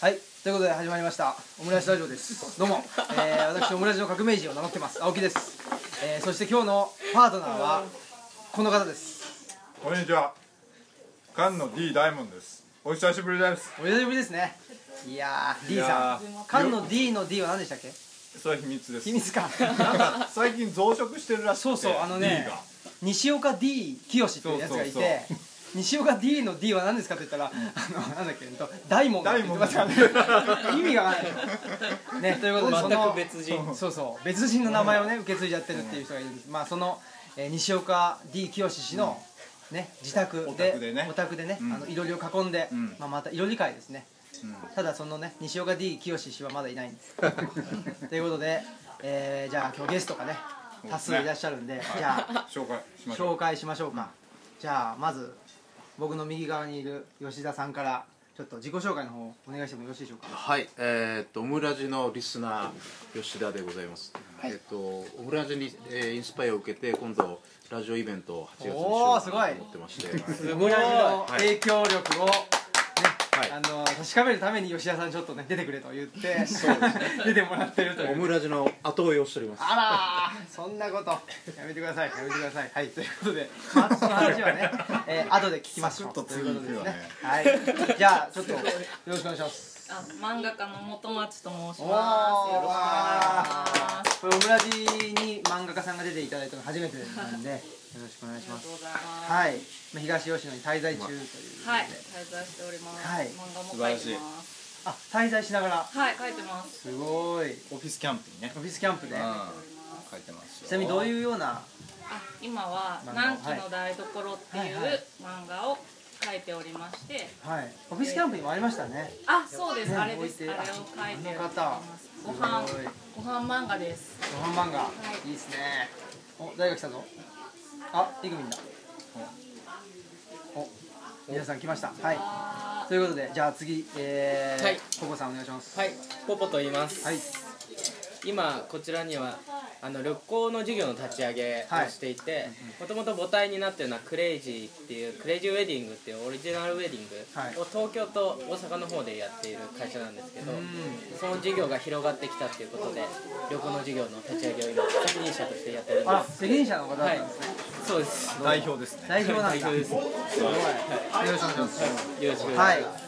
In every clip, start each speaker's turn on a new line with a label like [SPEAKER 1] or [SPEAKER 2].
[SPEAKER 1] はい、ということで始まりましたオムライスラジオですどうも、えー、私オムライスの革命児を名乗ってます青木です、えー、そして今日のパートナーはこの方です
[SPEAKER 2] こんにちは。菅野 D ダイモンです。お久しぶりです。
[SPEAKER 1] お久しぶりですねいやー D
[SPEAKER 2] い
[SPEAKER 1] さ
[SPEAKER 2] や
[SPEAKER 1] ん
[SPEAKER 2] ー
[SPEAKER 1] 菅野 D の D は何でしたっけ
[SPEAKER 2] それは秘密です。
[SPEAKER 1] 秘密 か
[SPEAKER 2] なんか最近増殖してるらしくて。
[SPEAKER 1] そうそうあのね
[SPEAKER 2] D が
[SPEAKER 1] 西岡 D 清っていうやつがいて
[SPEAKER 2] そうそう
[SPEAKER 1] 西岡 D の D は何ですかって言ったら、あのなんだっけ、えっと、ダイモンだって言ってますからね意味がわか らないねということでその
[SPEAKER 3] 全く別人
[SPEAKER 1] そうそう別人の名前をね受け継いじゃってるっていう人がいるんです、まあその、えー西岡 D 清氏の、ね、自宅で
[SPEAKER 2] お宅でね
[SPEAKER 1] お宅でね、あのいろりを囲んで、
[SPEAKER 2] ん
[SPEAKER 1] まあ、またいろり会ですね、ただそのね西岡 D 清氏はまだいないんです ということで、えーじゃあ今日ゲストがね多数いらっしゃるんでじゃあ
[SPEAKER 2] 紹介しましょ
[SPEAKER 1] 紹介しましょうか、じゃあまず僕の右側にいる吉田さんからちょっと自己紹介の方お願いしてもよろしいでしょうか
[SPEAKER 4] はい、えー、とオムラジのリスナー吉田でございます、えっ、とオムラジに、えーインスパイアを受けて今度ラジオイベントを8月にしよ
[SPEAKER 1] おー
[SPEAKER 4] うかなと思ってまして
[SPEAKER 1] すごいの影響力を、ね
[SPEAKER 4] はい
[SPEAKER 1] あの確かめるために吉田さんちょっとね出てくれと言って 出てもらってるとい
[SPEAKER 4] オ
[SPEAKER 1] う
[SPEAKER 4] ムラジの後追いをしております
[SPEAKER 1] あらーそんなことやめてくださいやめてくださいはいということで、まあ、その話は ね、えー、後で聞きましょ
[SPEAKER 2] サ
[SPEAKER 1] う
[SPEAKER 2] クッと
[SPEAKER 1] いうことです
[SPEAKER 2] 次行くよね。
[SPEAKER 1] はいじゃあちょっとよろしくお願いします
[SPEAKER 5] あ、漫画家の元町と申しま
[SPEAKER 1] お
[SPEAKER 5] す。よろしくお
[SPEAKER 1] ー
[SPEAKER 5] 願いし
[SPEAKER 1] わ
[SPEAKER 5] ます。
[SPEAKER 1] ーこれオムラジに漫画家さんが出ていただいたの初めてなんでよろしくお願い
[SPEAKER 5] あ
[SPEAKER 1] し
[SPEAKER 5] りが
[SPEAKER 1] ます
[SPEAKER 5] とうございます。
[SPEAKER 1] はいまあ東吉野に滞在中という
[SPEAKER 5] はい、滞在しております。
[SPEAKER 1] はい
[SPEAKER 5] 漫画も描いてます。
[SPEAKER 1] あ滞在しながら
[SPEAKER 5] はい、描いてます。
[SPEAKER 1] すごいう
[SPEAKER 2] オフィスキャンプにね。
[SPEAKER 1] オフィスキャンプで
[SPEAKER 2] 書いてますよ。
[SPEAKER 1] ちなみにどういうような
[SPEAKER 5] あ、今は
[SPEAKER 1] 漫画
[SPEAKER 5] 南紀の台所っていう
[SPEAKER 1] はいはい
[SPEAKER 5] 漫画を描いておりまして。
[SPEAKER 1] はいオフィスキャンプにもありましたね
[SPEAKER 5] あ、そうです。
[SPEAKER 1] ね
[SPEAKER 5] あれです。
[SPEAKER 1] 置
[SPEAKER 5] あ
[SPEAKER 1] い
[SPEAKER 5] れ
[SPEAKER 1] て
[SPEAKER 5] を
[SPEAKER 1] あこ
[SPEAKER 5] 描いており
[SPEAKER 1] の方
[SPEAKER 5] ます。ご飯
[SPEAKER 1] すごい、
[SPEAKER 5] ご飯漫画です。
[SPEAKER 1] ご飯漫画
[SPEAKER 5] い
[SPEAKER 1] いいですねお誰が来たぞあイグミンだお皆さん来ましたはい
[SPEAKER 5] あ
[SPEAKER 1] ということでじゃあ次え
[SPEAKER 3] はい
[SPEAKER 1] ーココさんお願いします
[SPEAKER 3] はい、ポポと言います。
[SPEAKER 1] はい
[SPEAKER 3] 今こちらにはあの旅行の授業の立ち上げをしていて、もともと母体になってるのはクレイジーっていうクレイジーウェディングっていうオリジナルウェディン
[SPEAKER 1] はい
[SPEAKER 3] グを東京と大阪の方でやっている会社なんですけど、
[SPEAKER 1] ん
[SPEAKER 3] その授業が広がってきたっていうことで旅行の授業の立ち上げを今責任者としてやってるんで
[SPEAKER 1] あ
[SPEAKER 3] す。
[SPEAKER 1] 責任者の方だったんですね
[SPEAKER 3] そうです。どうも
[SPEAKER 2] 代表ですね。
[SPEAKER 1] 代表なんだ
[SPEAKER 3] 代表です。よ
[SPEAKER 1] すごい。よろしくお願いします。
[SPEAKER 3] ろしくお
[SPEAKER 1] は
[SPEAKER 3] 願
[SPEAKER 1] い
[SPEAKER 3] いし。ます。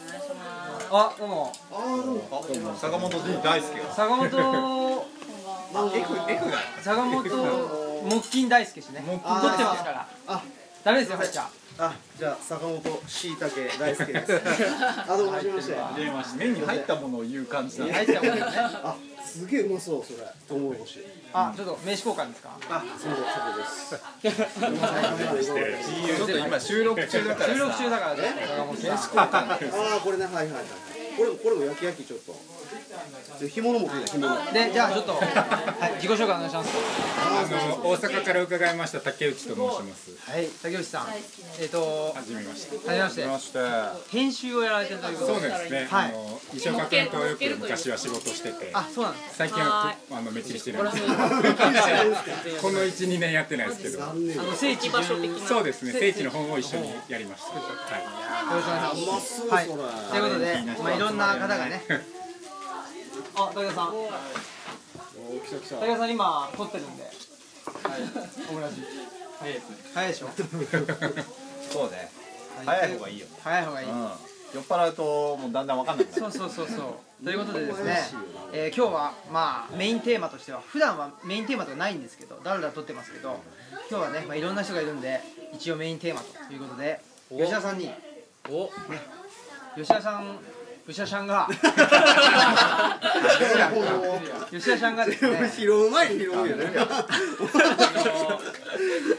[SPEAKER 5] ーお
[SPEAKER 1] あ、
[SPEAKER 5] 願いします。
[SPEAKER 1] どうも。
[SPEAKER 2] 坂本 D 大輔が。
[SPEAKER 1] 坂 本、
[SPEAKER 2] F F が。
[SPEAKER 1] 坂本、木金大輔氏ね。取って
[SPEAKER 6] あー
[SPEAKER 1] ますから。
[SPEAKER 6] あ、
[SPEAKER 1] ダメですよ、入っちゃ。
[SPEAKER 6] あ、じゃあ坂本椎茸大輔です。 あ、どうも初めまして。
[SPEAKER 2] 入れました。目に入ったものを言う感じだね。
[SPEAKER 1] 入っちゃうもんね。
[SPEAKER 6] あ、すげえうまそうそれ。と思いまし。
[SPEAKER 1] あ、ちょっと名刺交換ですか。
[SPEAKER 6] あ、そうだそうです。
[SPEAKER 2] ちょっと今収録中だから
[SPEAKER 1] 収録中だからね。坂本さん。
[SPEAKER 6] あー、これね、はいはいはい。これもこれも焼き焼きちょっと。ちょ干物もついた 干物。
[SPEAKER 1] で、じゃあ、ちょっと、はい、自己紹介お願いします。
[SPEAKER 7] あの大阪から伺いました竹内と申します。
[SPEAKER 1] はい、竹内さん。えっと、は
[SPEAKER 7] はじめまして。
[SPEAKER 1] じめまし
[SPEAKER 7] は
[SPEAKER 1] て
[SPEAKER 7] じめ。まして。
[SPEAKER 1] 編集をやられてるというこ
[SPEAKER 7] そ
[SPEAKER 1] と
[SPEAKER 7] う
[SPEAKER 1] で。
[SPEAKER 7] ですね。
[SPEAKER 1] はい
[SPEAKER 7] あの石岡君とよく昔は仕事してて、
[SPEAKER 1] あ、そうなんです。
[SPEAKER 7] 最近はあのめっち りしてるんですけど、 この一二年やってないですけど、
[SPEAKER 6] 残念。
[SPEAKER 1] あの、聖地
[SPEAKER 5] 場所的な。
[SPEAKER 7] そうですね。聖地の本を一緒にやりました。はい。
[SPEAKER 1] よろしくお願いします。はい、ということで、まあ、いろんな方がね。あ、武田さん。武田さん、今、撮ってるんで。はい、オムラジ。早いですね。早いでし
[SPEAKER 2] そうね。
[SPEAKER 1] ょ。
[SPEAKER 2] 早い方がいいよ。
[SPEAKER 1] 早い方がいい。
[SPEAKER 2] 酔っ払うともうだんだんわかんなくな
[SPEAKER 1] そうそうそうそう。ということでですね、えー今日はまあメインテーマとしては普段はメインテーマとかないんですけど、だらだら撮ってますけど、今日はね、まあいろんな人がいるんで、一応メインテーマということで、
[SPEAKER 3] お
[SPEAKER 1] 吉田さんに
[SPEAKER 3] お、
[SPEAKER 1] 吉田さん、吉田さん が、吉田さんがですね、
[SPEAKER 6] 拾う前に拾う よね。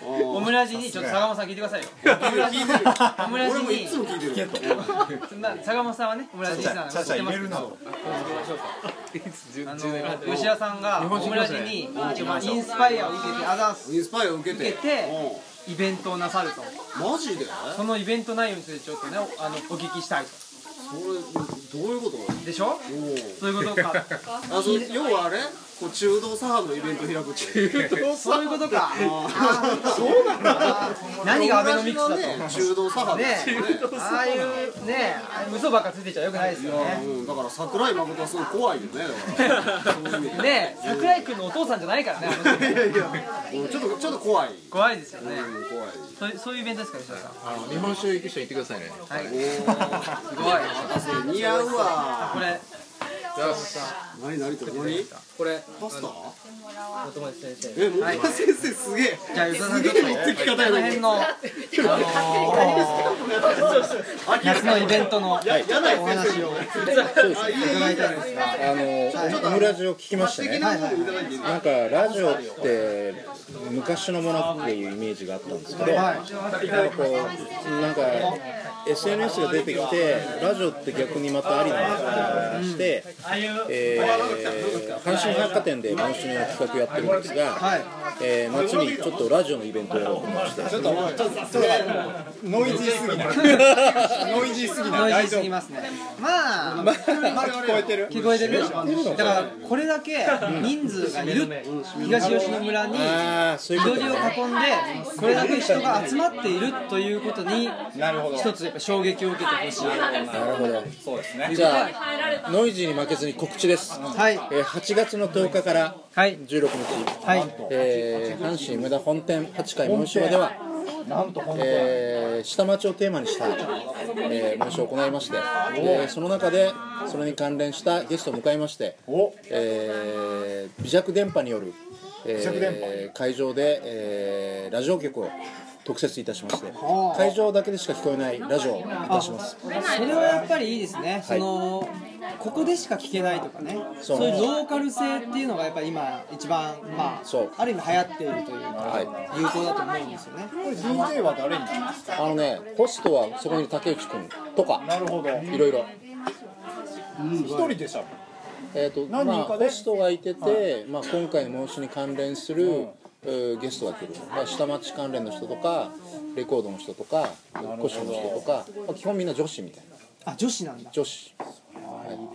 [SPEAKER 1] オムラジにちょっと坂本さん聞いてください よ。オムラジ
[SPEAKER 6] 俺もい
[SPEAKER 1] に
[SPEAKER 6] つも聞いてるよ。
[SPEAKER 1] まあ坂本さんはね、オムラジリスナー
[SPEAKER 2] い。ち
[SPEAKER 1] な
[SPEAKER 2] ゃ
[SPEAKER 1] ん
[SPEAKER 2] ちゃ
[SPEAKER 1] で知っ
[SPEAKER 2] 入
[SPEAKER 1] てま
[SPEAKER 2] れ
[SPEAKER 1] すけ
[SPEAKER 2] るな
[SPEAKER 1] ど
[SPEAKER 2] と。。
[SPEAKER 1] あの吉田さんがオムラジに一応まあインスパイアを受けてアダンス
[SPEAKER 6] インスパイアを受けて。
[SPEAKER 1] 受けて
[SPEAKER 6] う
[SPEAKER 1] イベントをなさると
[SPEAKER 6] んマジで？
[SPEAKER 1] そのイベント内容についてちょっとねおあのお聞きしたいと
[SPEAKER 6] それどういうこと？
[SPEAKER 1] でしょ
[SPEAKER 6] お ー
[SPEAKER 1] そういうことか
[SPEAKER 6] あ、そう要はあれ？こう中道左派のイベント開くって
[SPEAKER 1] そういうことか。
[SPEAKER 6] そうなんだ
[SPEAKER 1] 何がアベノミクスだと。ね
[SPEAKER 6] 中道左派だ
[SPEAKER 1] え、ああいうねえ、嘘ばっかついてちゃよくないですよね。
[SPEAKER 6] うん、だから桜井誠はすごい怖いよねだからそういう意味で
[SPEAKER 1] ねえ、桜井くんのお父さんじゃないからね。あの人
[SPEAKER 6] いやいやうんちょっとちょっと怖い、うん、
[SPEAKER 1] 怖いですよね。
[SPEAKER 6] 怖い
[SPEAKER 1] そういうそういうイベントですか、石田さん。
[SPEAKER 4] あの日本酒行く人行ってくださいね
[SPEAKER 1] はい。
[SPEAKER 6] す
[SPEAKER 1] すごい。
[SPEAKER 6] ごい似合う
[SPEAKER 1] こ
[SPEAKER 6] わ
[SPEAKER 1] れ
[SPEAKER 6] 何何って何
[SPEAKER 3] これ
[SPEAKER 6] パスタ
[SPEAKER 3] お友達先生
[SPEAKER 6] えも田先生すげえ
[SPEAKER 1] じゃあ、吉田さ
[SPEAKER 6] す
[SPEAKER 1] ん
[SPEAKER 6] げ
[SPEAKER 1] ちょ
[SPEAKER 6] え
[SPEAKER 1] っと
[SPEAKER 6] 持ってき方
[SPEAKER 1] こ
[SPEAKER 6] や
[SPEAKER 1] の
[SPEAKER 6] な
[SPEAKER 1] 辺の夏のイベントの
[SPEAKER 6] ややない先生よあいい
[SPEAKER 1] 伺いたいんで
[SPEAKER 6] い
[SPEAKER 1] すが、
[SPEAKER 8] あの、オムラジオ聞きました
[SPEAKER 6] 素敵
[SPEAKER 8] ね。
[SPEAKER 6] なものをいただいていい
[SPEAKER 8] なんかラジオって昔のものっていうイメージがあったんですけど、なんかこうなんか SNS が出てきてラジオって逆にまたありなんだっていうのがありまして、えー阪神百貨店で今週の企画やってるんですが、えー夏にちょっとラジオのイベントをやろうと思いまして、
[SPEAKER 7] ノイジーすぎない ノイジーすぎない
[SPEAKER 1] ノイ
[SPEAKER 7] 大
[SPEAKER 1] ジーす
[SPEAKER 7] 丈夫
[SPEAKER 1] ぎますね。まあ、
[SPEAKER 7] 聞こえてる
[SPEAKER 1] 聞こえてるでしょだからこれだけ人数がいる東吉野村に
[SPEAKER 8] ああそういうこ
[SPEAKER 1] 緑
[SPEAKER 8] と
[SPEAKER 1] を囲んで
[SPEAKER 8] ね。
[SPEAKER 1] これだけ人が集まっているということに
[SPEAKER 7] なるほど
[SPEAKER 1] 一つやっぱ衝撃を受けてほしい
[SPEAKER 8] なるほど。
[SPEAKER 7] そうですね
[SPEAKER 8] じゃあノイジーに負けずに告知です。
[SPEAKER 1] はい
[SPEAKER 8] えー8月の10日から
[SPEAKER 1] はい
[SPEAKER 8] 16日。
[SPEAKER 1] はい
[SPEAKER 8] えー阪神梅田本店8階門賞ではえー下町をテーマにした、えー、門賞を行いまして、でその中でそれに関連したゲストを迎えまして、えー微弱電波による、えー会場で、えーラジオ局を特設いたしまして会場だけでしか聞こえないラジオをいたします
[SPEAKER 1] それはやっぱりいいですねそのここでしか聞けないとかね
[SPEAKER 8] そう
[SPEAKER 1] そういうローカル性っていうのがやっぱり今一番まあ
[SPEAKER 8] そう
[SPEAKER 1] ある意味流行っているというか
[SPEAKER 8] はい
[SPEAKER 1] 有効だと思うんですよね
[SPEAKER 7] DJ は誰に
[SPEAKER 8] あのねホストはそこにいる竹内君とか
[SPEAKER 7] なるほど
[SPEAKER 8] いろいろ
[SPEAKER 7] 一人でしたもん
[SPEAKER 8] えーと
[SPEAKER 7] 何人かで
[SPEAKER 8] まあ、ホストがいてて、まあ、今回の申しに関連する、えーゲストが来る、まあ、下町関連の人とかレコードの人とかコシの人とか、まあ、基本みんな女子みたいな
[SPEAKER 1] あ女子なんだ
[SPEAKER 8] 女子はい、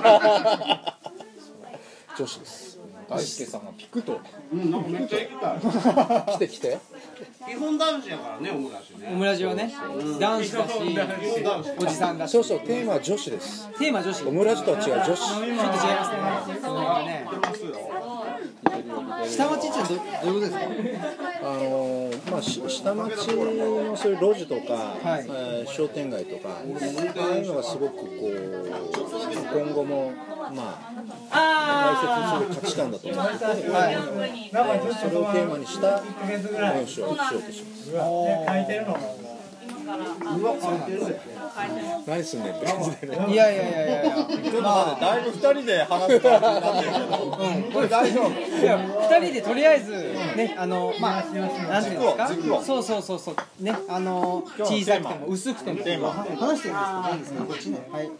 [SPEAKER 8] はい、女子です
[SPEAKER 7] 大輔さんがピクト
[SPEAKER 8] 来て来て
[SPEAKER 6] 基本男子やからねオムラジ
[SPEAKER 1] オ
[SPEAKER 6] ね
[SPEAKER 1] ムラジはね男子だしおじさんだし
[SPEAKER 8] そうそうテーマは女子です
[SPEAKER 1] テーマ女子ちょ
[SPEAKER 8] オ
[SPEAKER 1] っ
[SPEAKER 8] ムラジとは違う女子
[SPEAKER 1] と違いますねね下町ってどどういうことですか
[SPEAKER 8] あのーまあ、し下町のそういう路地とか、
[SPEAKER 1] い
[SPEAKER 8] えー商店街とかああいうのがすごくこう今後もまあ大切にする価値観だと思ってでそれをテーマにした文章をしようとします何すんねんって感じでね
[SPEAKER 1] いやいやいやいやいや、
[SPEAKER 7] だいぶ二人で話す感じになってるけど
[SPEAKER 1] うん、これ大丈夫。いや、二人でとりあえず、ね、あの、まあ、なんていうんですか。そうそうそうそう、ね、あの、小さくても薄くても。話してるんですけど、何ですか、こっちね。はい。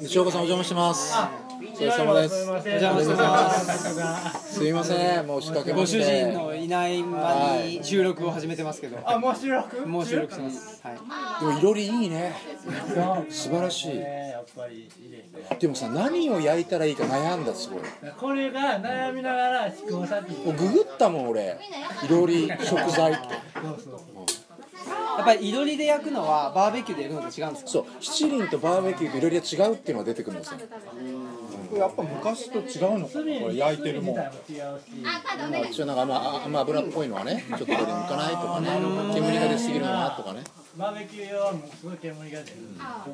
[SPEAKER 8] 西岡さんお邪魔してますお疲れ様です
[SPEAKER 1] お邪魔してます。
[SPEAKER 8] すいませんもう仕掛け
[SPEAKER 1] ご
[SPEAKER 8] まし
[SPEAKER 1] 主人
[SPEAKER 8] て
[SPEAKER 1] のいない間に収録を始めてますけど。あ、もう収録。もう収録してます。はい。
[SPEAKER 8] でもいろりいいね素晴らしいでもさ何を焼いたらいいか悩んだすごい
[SPEAKER 9] これが悩みながら試行錯
[SPEAKER 8] も
[SPEAKER 9] 誤
[SPEAKER 8] うググったもん俺いろり食材って
[SPEAKER 1] やっぱり、いろりで焼くのは、バーベキューで焼くのと違うんですか。
[SPEAKER 8] そう七輪とバーベキューといろりが違うっていうのが出てくるんですよ
[SPEAKER 7] やっぱ昔と違うのかなこれ焼いてるもん
[SPEAKER 9] 違うし
[SPEAKER 8] まあ一応なんかあんまああんま油っぽいのはねちょっとこれ向かないとかね煙が出すぎるのはとかね
[SPEAKER 9] バーベキュー用はもうすごい煙が出るん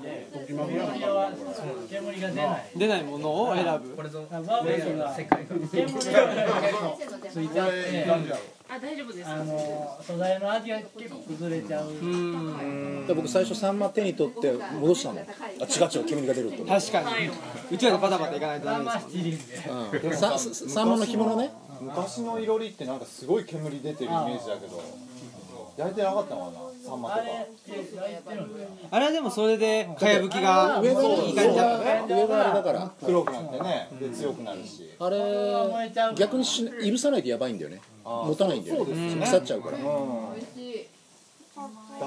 [SPEAKER 9] で煙用はそう煙が出ない
[SPEAKER 1] 出ないものを選ぶ。
[SPEAKER 9] バーベキューは煙が結構ついちゃって
[SPEAKER 5] あ大丈夫です
[SPEAKER 9] あの素材の味が結構崩れちゃう
[SPEAKER 8] で僕最初サンマ手に取って戻したのあ違う違う煙が出ると思
[SPEAKER 1] 確かに。うちらでバタバタいかないとダメです
[SPEAKER 9] ま
[SPEAKER 1] よ
[SPEAKER 9] あ。七輪で
[SPEAKER 8] う、うん、ささサンマの干物ね
[SPEAKER 7] 昔のいろりってなんかすごい煙出てるイメージだけど焼いてなかったのかなサンマとか
[SPEAKER 1] あれはでもそれでかやぶきが上
[SPEAKER 8] そう
[SPEAKER 1] にいかれちゃうね
[SPEAKER 8] 上があれだから
[SPEAKER 7] 黒くなってねで強くなるし
[SPEAKER 8] あれ逆にしいぶさないとやばいんだよね持たないんだよね腐っちゃうから
[SPEAKER 7] うんだか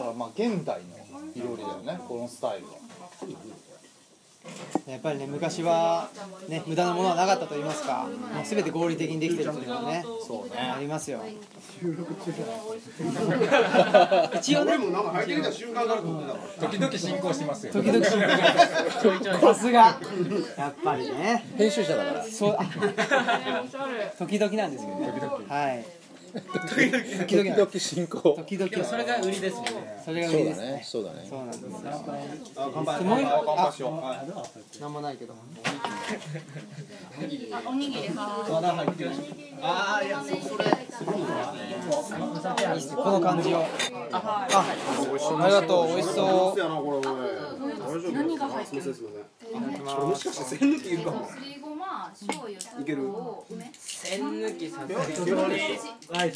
[SPEAKER 7] らまあ現代のいろりだよねこのスタイルは
[SPEAKER 1] やっぱりね昔はね無駄なものはなかったと言いますか、もう全て合理的にできてるっていうのはねありますよ。一応ね
[SPEAKER 6] 俺もなんか入ってきた瞬間からと思ってたから
[SPEAKER 2] 時々進行してますよ
[SPEAKER 1] 時々さすがやっぱりね
[SPEAKER 8] 編集者だから
[SPEAKER 1] そうあ時々なんですけどねはい時々
[SPEAKER 8] 時々進行
[SPEAKER 1] 時々
[SPEAKER 3] それが売りですもんね
[SPEAKER 1] それが売
[SPEAKER 8] そ
[SPEAKER 1] り
[SPEAKER 8] う
[SPEAKER 1] で
[SPEAKER 8] だ
[SPEAKER 1] すね
[SPEAKER 8] ねそうだね
[SPEAKER 1] そうなんですよ
[SPEAKER 6] あ乾杯
[SPEAKER 1] でもう一個
[SPEAKER 2] 乾杯しようはい
[SPEAKER 1] なんもないけど
[SPEAKER 5] あおにぎりは
[SPEAKER 6] あーいやそそれ
[SPEAKER 1] この感じをああありがとう美味しそう
[SPEAKER 6] そうやなこれこれ大丈夫何が入ってるすいませんすいませんあもしかして栓抜きいるかも
[SPEAKER 10] すりごま、醤油、
[SPEAKER 6] い
[SPEAKER 10] 砂
[SPEAKER 6] ける
[SPEAKER 10] 糖、梅、
[SPEAKER 3] 栓抜きさせ
[SPEAKER 6] いけるでしょ
[SPEAKER 9] 挨拶
[SPEAKER 10] 梅干し、梅干し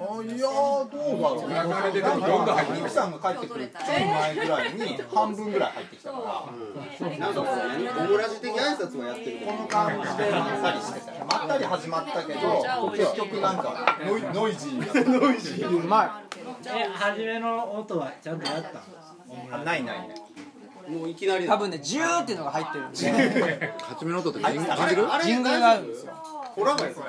[SPEAKER 7] あいやーどうだろうねこれででもどんどん入ってきたさんが帰ってくるちょい前ぐらいに半分ぐらい入ってきたから
[SPEAKER 6] なんかこうオムラジ的挨拶はやってるけど
[SPEAKER 7] この感じでまったりしてたよまったり始まったけど結局なんかノ イノイジーだった
[SPEAKER 1] うま
[SPEAKER 9] え初めの音はちゃんとやった
[SPEAKER 7] あないないない
[SPEAKER 6] もういきなり
[SPEAKER 1] い多分ねジューっていうのが入ってるんで
[SPEAKER 8] 初めの音ってジンジングル
[SPEAKER 6] あれ
[SPEAKER 1] ジングルがあるんですよ
[SPEAKER 6] ホラガイとか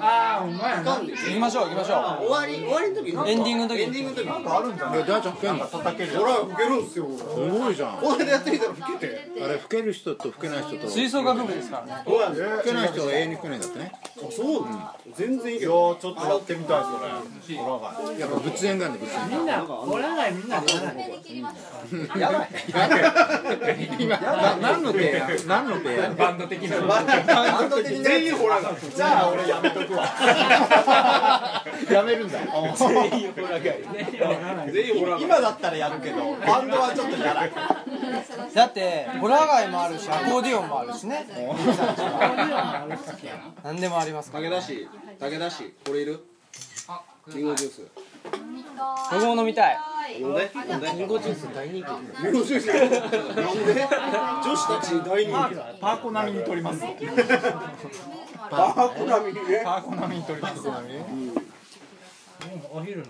[SPEAKER 9] ああうまい
[SPEAKER 6] かんで
[SPEAKER 1] 行きましょう行きましょ
[SPEAKER 6] 終わり終わりの時
[SPEAKER 1] うエンディングの時
[SPEAKER 6] エンディン
[SPEAKER 1] に
[SPEAKER 6] グの時
[SPEAKER 7] なんかあるんじゃない
[SPEAKER 8] え大ちゃん吹けんのす
[SPEAKER 7] 叩ける
[SPEAKER 6] ほら吹けるんすよ
[SPEAKER 8] ごいじゃんあ
[SPEAKER 6] これでやってみたら吹けて
[SPEAKER 8] れ吹ける人と吹けない人と
[SPEAKER 1] 吹
[SPEAKER 8] 吹
[SPEAKER 1] 奏楽部ですからね
[SPEAKER 6] そうやね
[SPEAKER 8] けない人は永遠に吹けないんだってね
[SPEAKER 6] あそうなの全然いいけ
[SPEAKER 7] いや
[SPEAKER 6] ど
[SPEAKER 7] ーちょっとやってみたいそれほらが
[SPEAKER 8] やっぱ仏縁があるんだ仏縁
[SPEAKER 9] みんなおらないみんなでやらな
[SPEAKER 7] やばい
[SPEAKER 9] い
[SPEAKER 8] 今な何の提案何の提案
[SPEAKER 3] バンド的な
[SPEAKER 7] バンド的に全員ホラガイじゃあ俺やめとくわやめるんだ全員ホラガイ
[SPEAKER 6] 全員ホラガイ
[SPEAKER 7] 今だったらやるけどバンドはちょっとやらい
[SPEAKER 1] だってホラガイもあるしアコーディオンもあるしね何でもありますから
[SPEAKER 6] 武田氏武田氏これいるリンゴジュース
[SPEAKER 1] 僕も飲みたい
[SPEAKER 6] 飲んで飲んで
[SPEAKER 3] リンゴジュース大人気
[SPEAKER 6] リンゴジュース飲んで女子たち大人気
[SPEAKER 7] パーコ並みに取ります
[SPEAKER 6] バーコ並みにね
[SPEAKER 7] パーコ並みに取ります
[SPEAKER 9] お昼の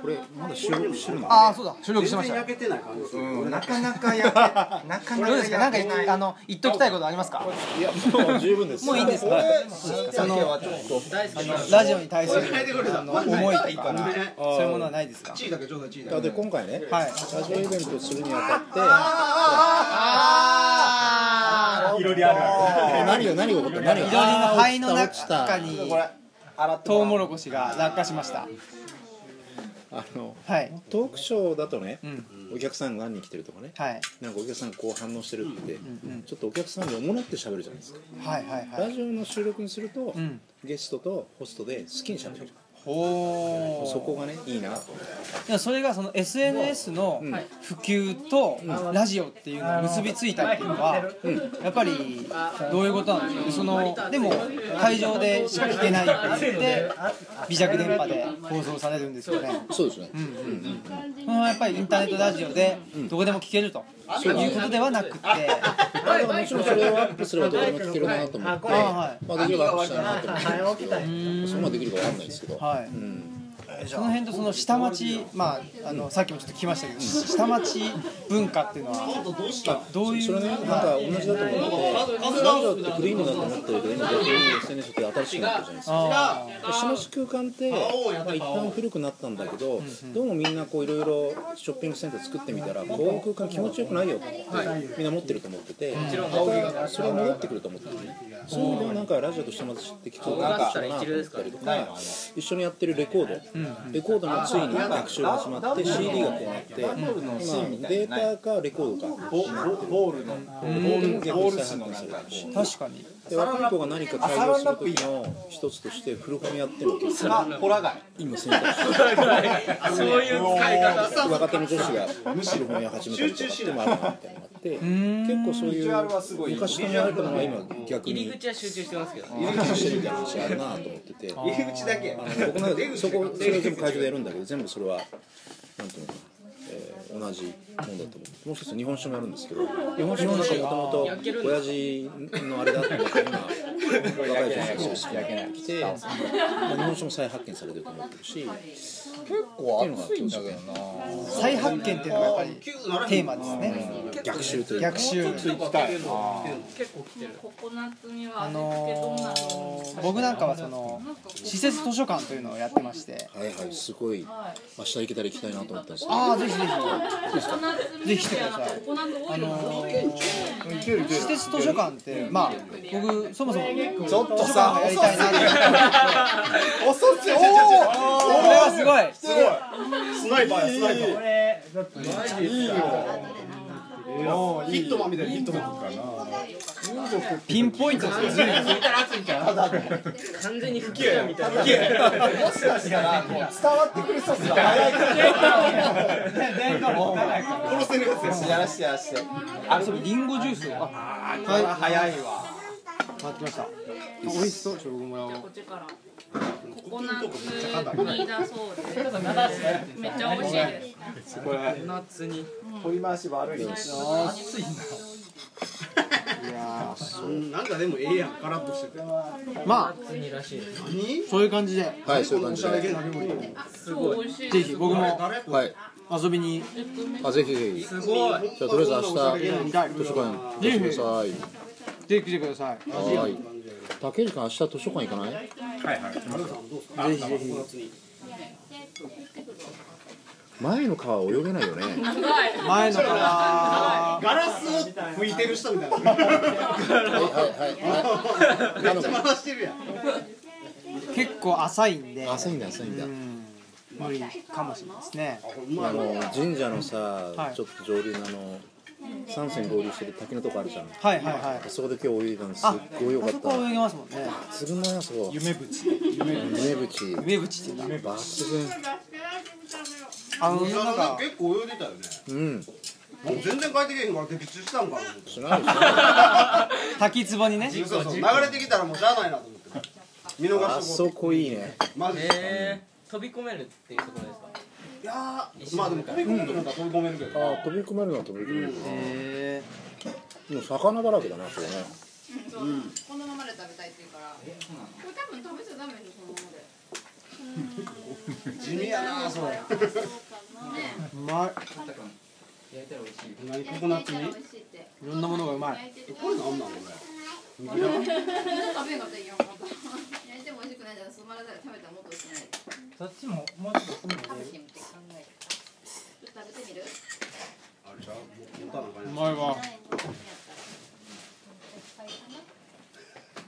[SPEAKER 8] これまだ収録してるの
[SPEAKER 1] ああそうだ収録してま
[SPEAKER 6] 全
[SPEAKER 1] し
[SPEAKER 6] 然
[SPEAKER 1] た
[SPEAKER 6] 焼けてない感じですよ
[SPEAKER 7] うんなかなかやけなかな
[SPEAKER 1] どうですかなんか
[SPEAKER 7] やけ
[SPEAKER 1] いあの言っときたいことありますか
[SPEAKER 8] いやもう十分です
[SPEAKER 1] もういいんですか
[SPEAKER 7] そのはちょっと
[SPEAKER 1] ラジオに対する
[SPEAKER 7] 重いいから
[SPEAKER 1] そういうものはないですか
[SPEAKER 6] チーだけちょうだいチーだけ
[SPEAKER 8] だって今回ね
[SPEAKER 1] はい
[SPEAKER 8] ラジオイベントするにあた
[SPEAKER 7] いろいろあ
[SPEAKER 8] って何が何が起こった何が
[SPEAKER 1] 緑の灰の
[SPEAKER 8] 落ちた
[SPEAKER 1] 中
[SPEAKER 8] 落ち
[SPEAKER 1] に
[SPEAKER 7] 洗っ
[SPEAKER 1] トウモロコシが落下しました
[SPEAKER 8] たあの
[SPEAKER 1] はい
[SPEAKER 8] トークショーだとね
[SPEAKER 1] うん
[SPEAKER 8] お客さんが何人来てるとかね
[SPEAKER 1] はい
[SPEAKER 8] なんかお客さんこう反応してるって
[SPEAKER 1] うん
[SPEAKER 8] ちょっとお客さんにおもらって喋るじゃないですか
[SPEAKER 1] はいはいは
[SPEAKER 8] ラ
[SPEAKER 1] い
[SPEAKER 8] ジオの収録にすると
[SPEAKER 1] うん
[SPEAKER 8] ゲストとホストで好きに喋る
[SPEAKER 1] ほー
[SPEAKER 8] そこがねいいなと
[SPEAKER 1] でもそれがその SNS の
[SPEAKER 8] ん
[SPEAKER 1] 普及とラジオっていうのを結びついたっていうのはやっぱりどういうことなんですかそのでも会場でしか聞けないって言って微弱電波で放送されるんですよね
[SPEAKER 8] そうですね
[SPEAKER 1] そのやっぱりインターネットラジオでどこでも聞けるということではなくって
[SPEAKER 8] だからもちろんそれをアップすればどこでも聞けるなと思って
[SPEAKER 1] あは
[SPEAKER 8] まあできればアップしたいなと思ってるんですけ
[SPEAKER 1] い
[SPEAKER 8] どそこまでできるかわかんないですけど
[SPEAKER 1] はい
[SPEAKER 8] うん
[SPEAKER 1] その辺とその下町まああのさっきもちょっと聞きましたけど下町文化っていうのは
[SPEAKER 6] どうした
[SPEAKER 1] どうい
[SPEAKER 8] それ
[SPEAKER 1] う
[SPEAKER 8] ね、なんか同じだと思ってて、ラジオって古いものだと思ってるけど、今逆に SNS って新しくなってるじゃないですか。
[SPEAKER 1] あ
[SPEAKER 8] その空間って、まあ、一旦古くなったんだけど、どうもみんなこういろいろショッピングセンター作ってみたら、こういう空間気持ちよくないよって、みんな持ってると思ってて、またそれが戻ってくると思ってるね。そういう意味ではなんかラジオとしてまず知って聞こうかなと思ったりとか、一緒にやってるレコード、レコードもついに学習が始まって、CD がこうなって、今データかレコードか。
[SPEAKER 7] ボボールのボール紙のなんか
[SPEAKER 1] あ確かに
[SPEAKER 8] で若い子が何か改良する時の一つとして古本屋っていうのを
[SPEAKER 7] あホラガイ
[SPEAKER 8] 今選択して
[SPEAKER 3] そういう使い方
[SPEAKER 8] 若手の女子がむしろ本屋始めたりとかってもあるなみたいなのがあって結構そうい
[SPEAKER 7] ビジュアルはすご
[SPEAKER 8] う
[SPEAKER 7] い
[SPEAKER 8] 昔ともあるのが今逆
[SPEAKER 3] 入り
[SPEAKER 8] に
[SPEAKER 3] 口は集中してますけどね
[SPEAKER 8] 入り口してるみたいな話あるなと思っててあ
[SPEAKER 6] 入り口だけ
[SPEAKER 8] の僕なんかそこそれを全部会場でやるんだけど全部それはなんていうのかな。えー同じもんだと思うも う一つ日本酒もやるんですけど日本酒もなんかもともと親父のあれだと思って今若い女性がして来て、まあ、日本酒も再発見されてると思ってるし結構熱いんだけどな
[SPEAKER 1] 再発見っていうのがやっぱりテーマですね
[SPEAKER 8] 逆襲というか
[SPEAKER 1] 逆襲
[SPEAKER 5] 結構来てる。ココナッツには
[SPEAKER 1] あのー僕なんかはその施設図書館というのをやってまして
[SPEAKER 8] はいはいすごい明日行けたら行きたいなと思ったんですけど
[SPEAKER 1] ああぜひぜ
[SPEAKER 5] ココナッツ
[SPEAKER 1] ひぜひ来てください
[SPEAKER 5] ココナッツ多
[SPEAKER 1] あ
[SPEAKER 5] いよ。
[SPEAKER 1] のー施設図書館ってまあ僕そもそも
[SPEAKER 7] ちょっとさ
[SPEAKER 1] やりたいなって
[SPEAKER 7] 遅っちゃう
[SPEAKER 1] これはすごい
[SPEAKER 7] すごいスナイパーやスナイパー
[SPEAKER 6] ヒットマンみたいなヒットマン
[SPEAKER 1] ピンポイントですよね
[SPEAKER 3] 完全に不器用みたいな
[SPEAKER 7] もしかしたらもう伝わってくる人すら早い殺せるやつやしやらしてやらして
[SPEAKER 1] あそれリンゴジュースあ
[SPEAKER 7] 早いわ
[SPEAKER 1] 待ってました美味しそうちょっと僕もらおう
[SPEAKER 5] こっちから。ココナッツにだそうです。めっちゃ美味しいです。
[SPEAKER 3] 夏に
[SPEAKER 7] 取り回し悪い
[SPEAKER 6] なんかでもええやんカラッとしてて
[SPEAKER 1] まあ
[SPEAKER 3] 夏にらしいです
[SPEAKER 1] そういう感じで
[SPEAKER 8] はいそういう感じで
[SPEAKER 5] そう美味しい
[SPEAKER 1] ぜ
[SPEAKER 5] です。
[SPEAKER 1] ひ僕も
[SPEAKER 8] はい
[SPEAKER 1] 遊びに
[SPEAKER 8] あぜひぜひ
[SPEAKER 3] すごい
[SPEAKER 8] じゃあとりあえず明
[SPEAKER 1] 見たい
[SPEAKER 8] 日図書館行ってください
[SPEAKER 1] ぜひ来てください
[SPEAKER 8] はい竹内君明日図書館行かない
[SPEAKER 2] はいはい行きますよ
[SPEAKER 8] 前の川泳げないよね
[SPEAKER 5] 長い。
[SPEAKER 1] 前のから
[SPEAKER 6] ガラスを拭いてる人みたいな
[SPEAKER 8] はいはい
[SPEAKER 6] めっちゃ回してるやん
[SPEAKER 1] 結構浅いんで
[SPEAKER 8] はい浅いんだ浅いんだ
[SPEAKER 1] うん無理かもしれないですね
[SPEAKER 8] あの神社のさ
[SPEAKER 1] い
[SPEAKER 8] ちょっと上流のあの三線合流してる滝のとこあるじゃん
[SPEAKER 1] はいはいはい
[SPEAKER 8] あそこで今日泳いだのすっ
[SPEAKER 1] あ
[SPEAKER 8] ごい良か
[SPEAKER 1] あ
[SPEAKER 8] っ
[SPEAKER 1] そこは泳げますもんね
[SPEAKER 8] たすぐなあそこ夢淵夢淵
[SPEAKER 1] 名物っていうんだ
[SPEAKER 8] 抜群
[SPEAKER 1] あのなん
[SPEAKER 6] なんか
[SPEAKER 1] か
[SPEAKER 6] 結構泳いでたよね
[SPEAKER 8] うん
[SPEAKER 6] 全然帰ってけへんから的中したんかなと思って
[SPEAKER 8] しないでしょ
[SPEAKER 1] 滝壺にね
[SPEAKER 6] そうそう流れてきたらもうしゃあないなと思って見逃
[SPEAKER 8] あ
[SPEAKER 6] しと
[SPEAKER 8] そ
[SPEAKER 6] こ
[SPEAKER 8] こいいね
[SPEAKER 6] うマジで
[SPEAKER 3] えー、飛び込めるっていうところですか
[SPEAKER 6] いやーまあでも飛び込むと思ったら飛び込めるけど
[SPEAKER 8] あ飛び込めるのは飛び込める
[SPEAKER 1] へ
[SPEAKER 8] でも魚だらけだなそこね
[SPEAKER 10] このままで食べたいって言うから。これ多分食べちゃダメでしょこのままで。
[SPEAKER 6] 地味やな それ
[SPEAKER 1] ーうま
[SPEAKER 6] 何ココナッツに
[SPEAKER 10] 美
[SPEAKER 6] こ
[SPEAKER 10] 味しいって。
[SPEAKER 1] いいろんなものがうまい
[SPEAKER 6] れなんなんこ
[SPEAKER 10] 食べんかったらいいよ。もっと焼いても美味しくないじゃん。そのままだ食べたらもっと美味しくない。
[SPEAKER 9] そっちももうちょっと
[SPEAKER 10] 食べてみて考えて。ちょっと食べてみる？
[SPEAKER 6] れあれちゃうもうボタン
[SPEAKER 1] う
[SPEAKER 6] が
[SPEAKER 1] まいわ
[SPEAKER 10] ないのやったら。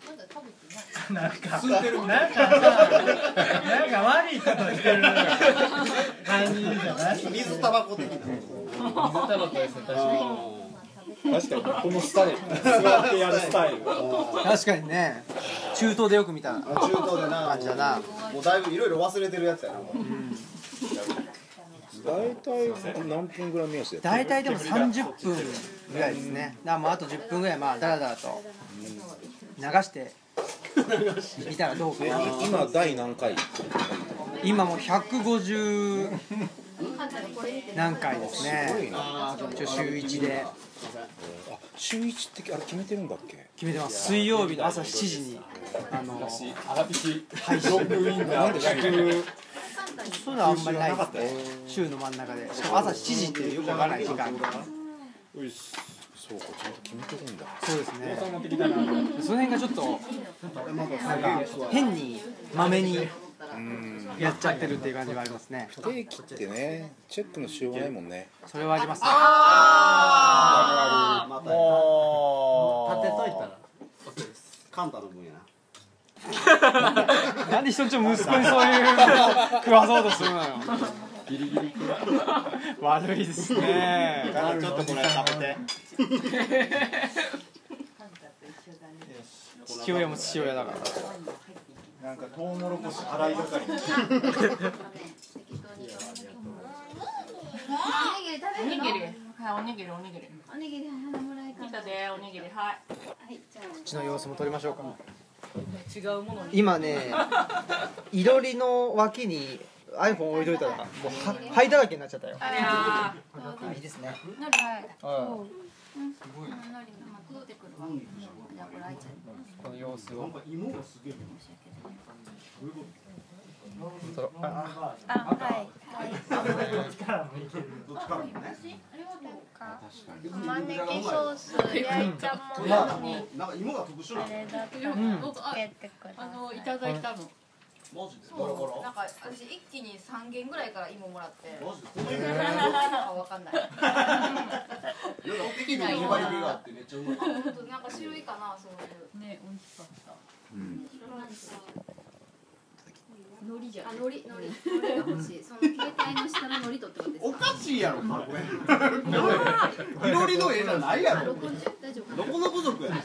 [SPEAKER 10] まだ食べてない。
[SPEAKER 9] なんかなんかなんか悪いことしてる感じじゃない
[SPEAKER 6] ね水タバコ 的な
[SPEAKER 3] 水タバコですね確
[SPEAKER 7] 確
[SPEAKER 3] かに
[SPEAKER 7] かにこのスタイル座ってやるスタイル
[SPEAKER 1] 確かにね中東でよく見た
[SPEAKER 6] あ中東でな
[SPEAKER 1] 感じだな
[SPEAKER 6] もうだいぶいろいろ忘れてるやつやなもう
[SPEAKER 8] 大体何分ぐらい目安で
[SPEAKER 1] 大体でも30分ぐらいですねだからもうあと10分ぐらいまあだらだらと流して見たらどうかな
[SPEAKER 8] 今第何回
[SPEAKER 1] 今もう150何回ですね一応週一で
[SPEAKER 8] 週一ってあれ決めてるんだっけ
[SPEAKER 1] 決めてます水曜日の朝7時にあの
[SPEAKER 7] 粗引きロングウィンナー100
[SPEAKER 1] そういうのはあんまりないですね週の真ん中でしかも朝7時っていうよくわからない時間
[SPEAKER 8] そうかちゃんと決めてるんだ
[SPEAKER 1] そうですねその辺がちょっとなんか変にまめにやっちゃってるっていう感じはありますね
[SPEAKER 8] 不定期ってねチェックのしようがないもんね
[SPEAKER 1] それはありますね
[SPEAKER 6] ああも
[SPEAKER 3] 立てといたら
[SPEAKER 6] うカンタの分やな
[SPEAKER 1] なんで人んちの息子にそういうのを食わそうとするのよ悪いですね
[SPEAKER 6] ちょっとこれ食べて
[SPEAKER 1] 父親も父親だから
[SPEAKER 2] なんかトウモロコシ洗いがかりに
[SPEAKER 10] おにぎり食
[SPEAKER 5] お
[SPEAKER 10] べ
[SPEAKER 5] に
[SPEAKER 10] る
[SPEAKER 5] ぎ
[SPEAKER 10] の
[SPEAKER 5] り。はい、おにぎり、おにぎり。
[SPEAKER 10] おにぎり花村いか
[SPEAKER 5] 見たで、おにぎり、はい。
[SPEAKER 10] はいじゃあ
[SPEAKER 1] うちの様子も撮りましょうか
[SPEAKER 5] 違うものに。
[SPEAKER 1] 今ねいろりの脇に iPhone 置いといたらもうは灰だらけになっちゃったよ
[SPEAKER 10] あ
[SPEAKER 1] あいいですね
[SPEAKER 10] なるはい
[SPEAKER 1] うん
[SPEAKER 10] うんのりのまくってくるわじゃあこれ開いちゃう
[SPEAKER 1] この様子をそろあ
[SPEAKER 10] あはい
[SPEAKER 11] 玉ねぎソース焼いたものに
[SPEAKER 6] なんか芋が特殊な
[SPEAKER 11] あれだった
[SPEAKER 10] うん
[SPEAKER 11] つけてください
[SPEAKER 10] あのいただいたの
[SPEAKER 6] マジで
[SPEAKER 10] そうなんか私一気に三軒ぐらいから芋もらって
[SPEAKER 6] マジ
[SPEAKER 10] どっちなのかわかんない
[SPEAKER 6] 適度に粘り気があってめっちゃうまい
[SPEAKER 10] 本当なんか種類かなそういうね美味しかった
[SPEAKER 4] うん
[SPEAKER 10] 海苔じゃあ海苔海苔海苔が欲しいその携帯の下の海苔取ってことですか
[SPEAKER 6] おかしいやろかこれいろりの絵じゃないやろ
[SPEAKER 10] 録音中大丈夫か
[SPEAKER 6] ど
[SPEAKER 10] な
[SPEAKER 6] この部族やねん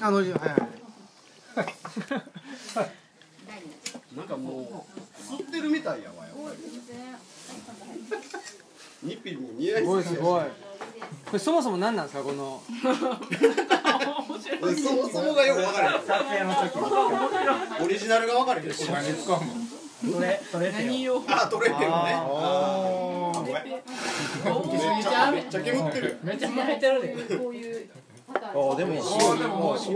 [SPEAKER 1] あのはいはい
[SPEAKER 6] なんかもう吸ってるみたいやわやっぱりニッピーも似合
[SPEAKER 1] すご
[SPEAKER 6] い
[SPEAKER 1] いすごいこ
[SPEAKER 6] い
[SPEAKER 1] れそもそも何なんですかこの
[SPEAKER 6] そもそもがよくわからないオリジナルがわからへん
[SPEAKER 1] どれどれ何よ
[SPEAKER 6] あ取れてるね
[SPEAKER 1] あー
[SPEAKER 6] めっちゃめっちゃ煙ってる
[SPEAKER 3] めっちゃ巻いてるで
[SPEAKER 10] こういう
[SPEAKER 8] あでもすごい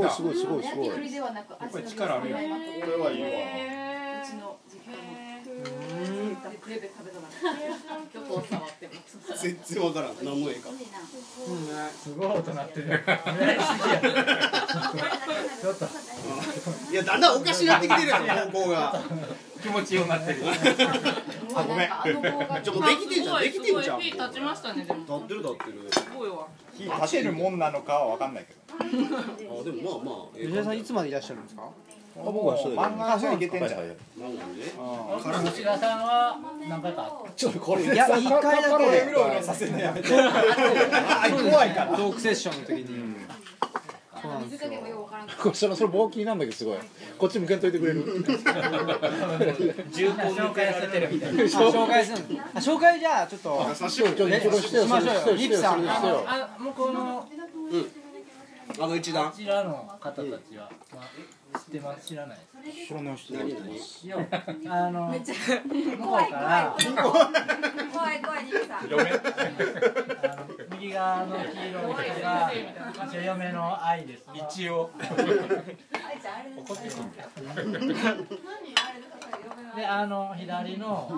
[SPEAKER 8] あすごいすごいすごいすごい
[SPEAKER 10] 焼き鳥ではなく味の
[SPEAKER 8] 力あるよ
[SPEAKER 10] こ
[SPEAKER 6] これはいいわ
[SPEAKER 10] うちの実家のでクレベ食べたらどこを触っても
[SPEAKER 6] 全然わからん何の絵か
[SPEAKER 9] すごい音鳴ってる。
[SPEAKER 6] ちょっといやだんだんおかしなってきてるやろ方 向が
[SPEAKER 7] 気持ちよくなってる。
[SPEAKER 6] あごめんちょっとできてんじゃんできてんじゃ
[SPEAKER 5] す
[SPEAKER 6] ん
[SPEAKER 5] ごいすごい火立ちましたねでも
[SPEAKER 6] 立ってる立ってる
[SPEAKER 5] すごいわ
[SPEAKER 2] 火立てるもんなのかは分かんないけど
[SPEAKER 6] あでもまあまあええ
[SPEAKER 1] 吉田さんいつまでいらっしゃるんですか
[SPEAKER 8] 僕は一緒だけど
[SPEAKER 2] 漫画がいけてんじゃん
[SPEAKER 6] なんなんで
[SPEAKER 9] 吉田さんは何回か会って
[SPEAKER 8] ちょっと これ
[SPEAKER 1] いや一回だけ
[SPEAKER 2] うろうろさせんのやめて怖いから
[SPEAKER 1] トークセッションの時にそうなんで
[SPEAKER 10] 水
[SPEAKER 1] すよ
[SPEAKER 10] 加減もよくわからん
[SPEAKER 8] こっちのそれ棒気になんだけどすごいこっち向けんといてくれる
[SPEAKER 3] 重厚抜けられてるみたいな
[SPEAKER 1] あ紹介するのあ紹介じゃあちょっと
[SPEAKER 6] 差し込む
[SPEAKER 8] ちょっと一応してよ
[SPEAKER 1] しましょうよ
[SPEAKER 8] してよ
[SPEAKER 1] リプさん
[SPEAKER 8] してよしてよ
[SPEAKER 9] あ向こうの
[SPEAKER 6] あの一段
[SPEAKER 9] こちらの方たちは、まあ、知ってます知らないです
[SPEAKER 8] 知らない人だと思います
[SPEAKER 9] いやあの
[SPEAKER 10] めっちゃ
[SPEAKER 9] 向こ
[SPEAKER 10] 怖
[SPEAKER 9] う
[SPEAKER 10] い
[SPEAKER 9] か
[SPEAKER 10] 怖
[SPEAKER 9] ら
[SPEAKER 10] い怖い怖い兄さん
[SPEAKER 9] あの右側の黄色い人が一応嫁の愛です一応
[SPEAKER 10] 愛ちゃんあれですか
[SPEAKER 9] であの左の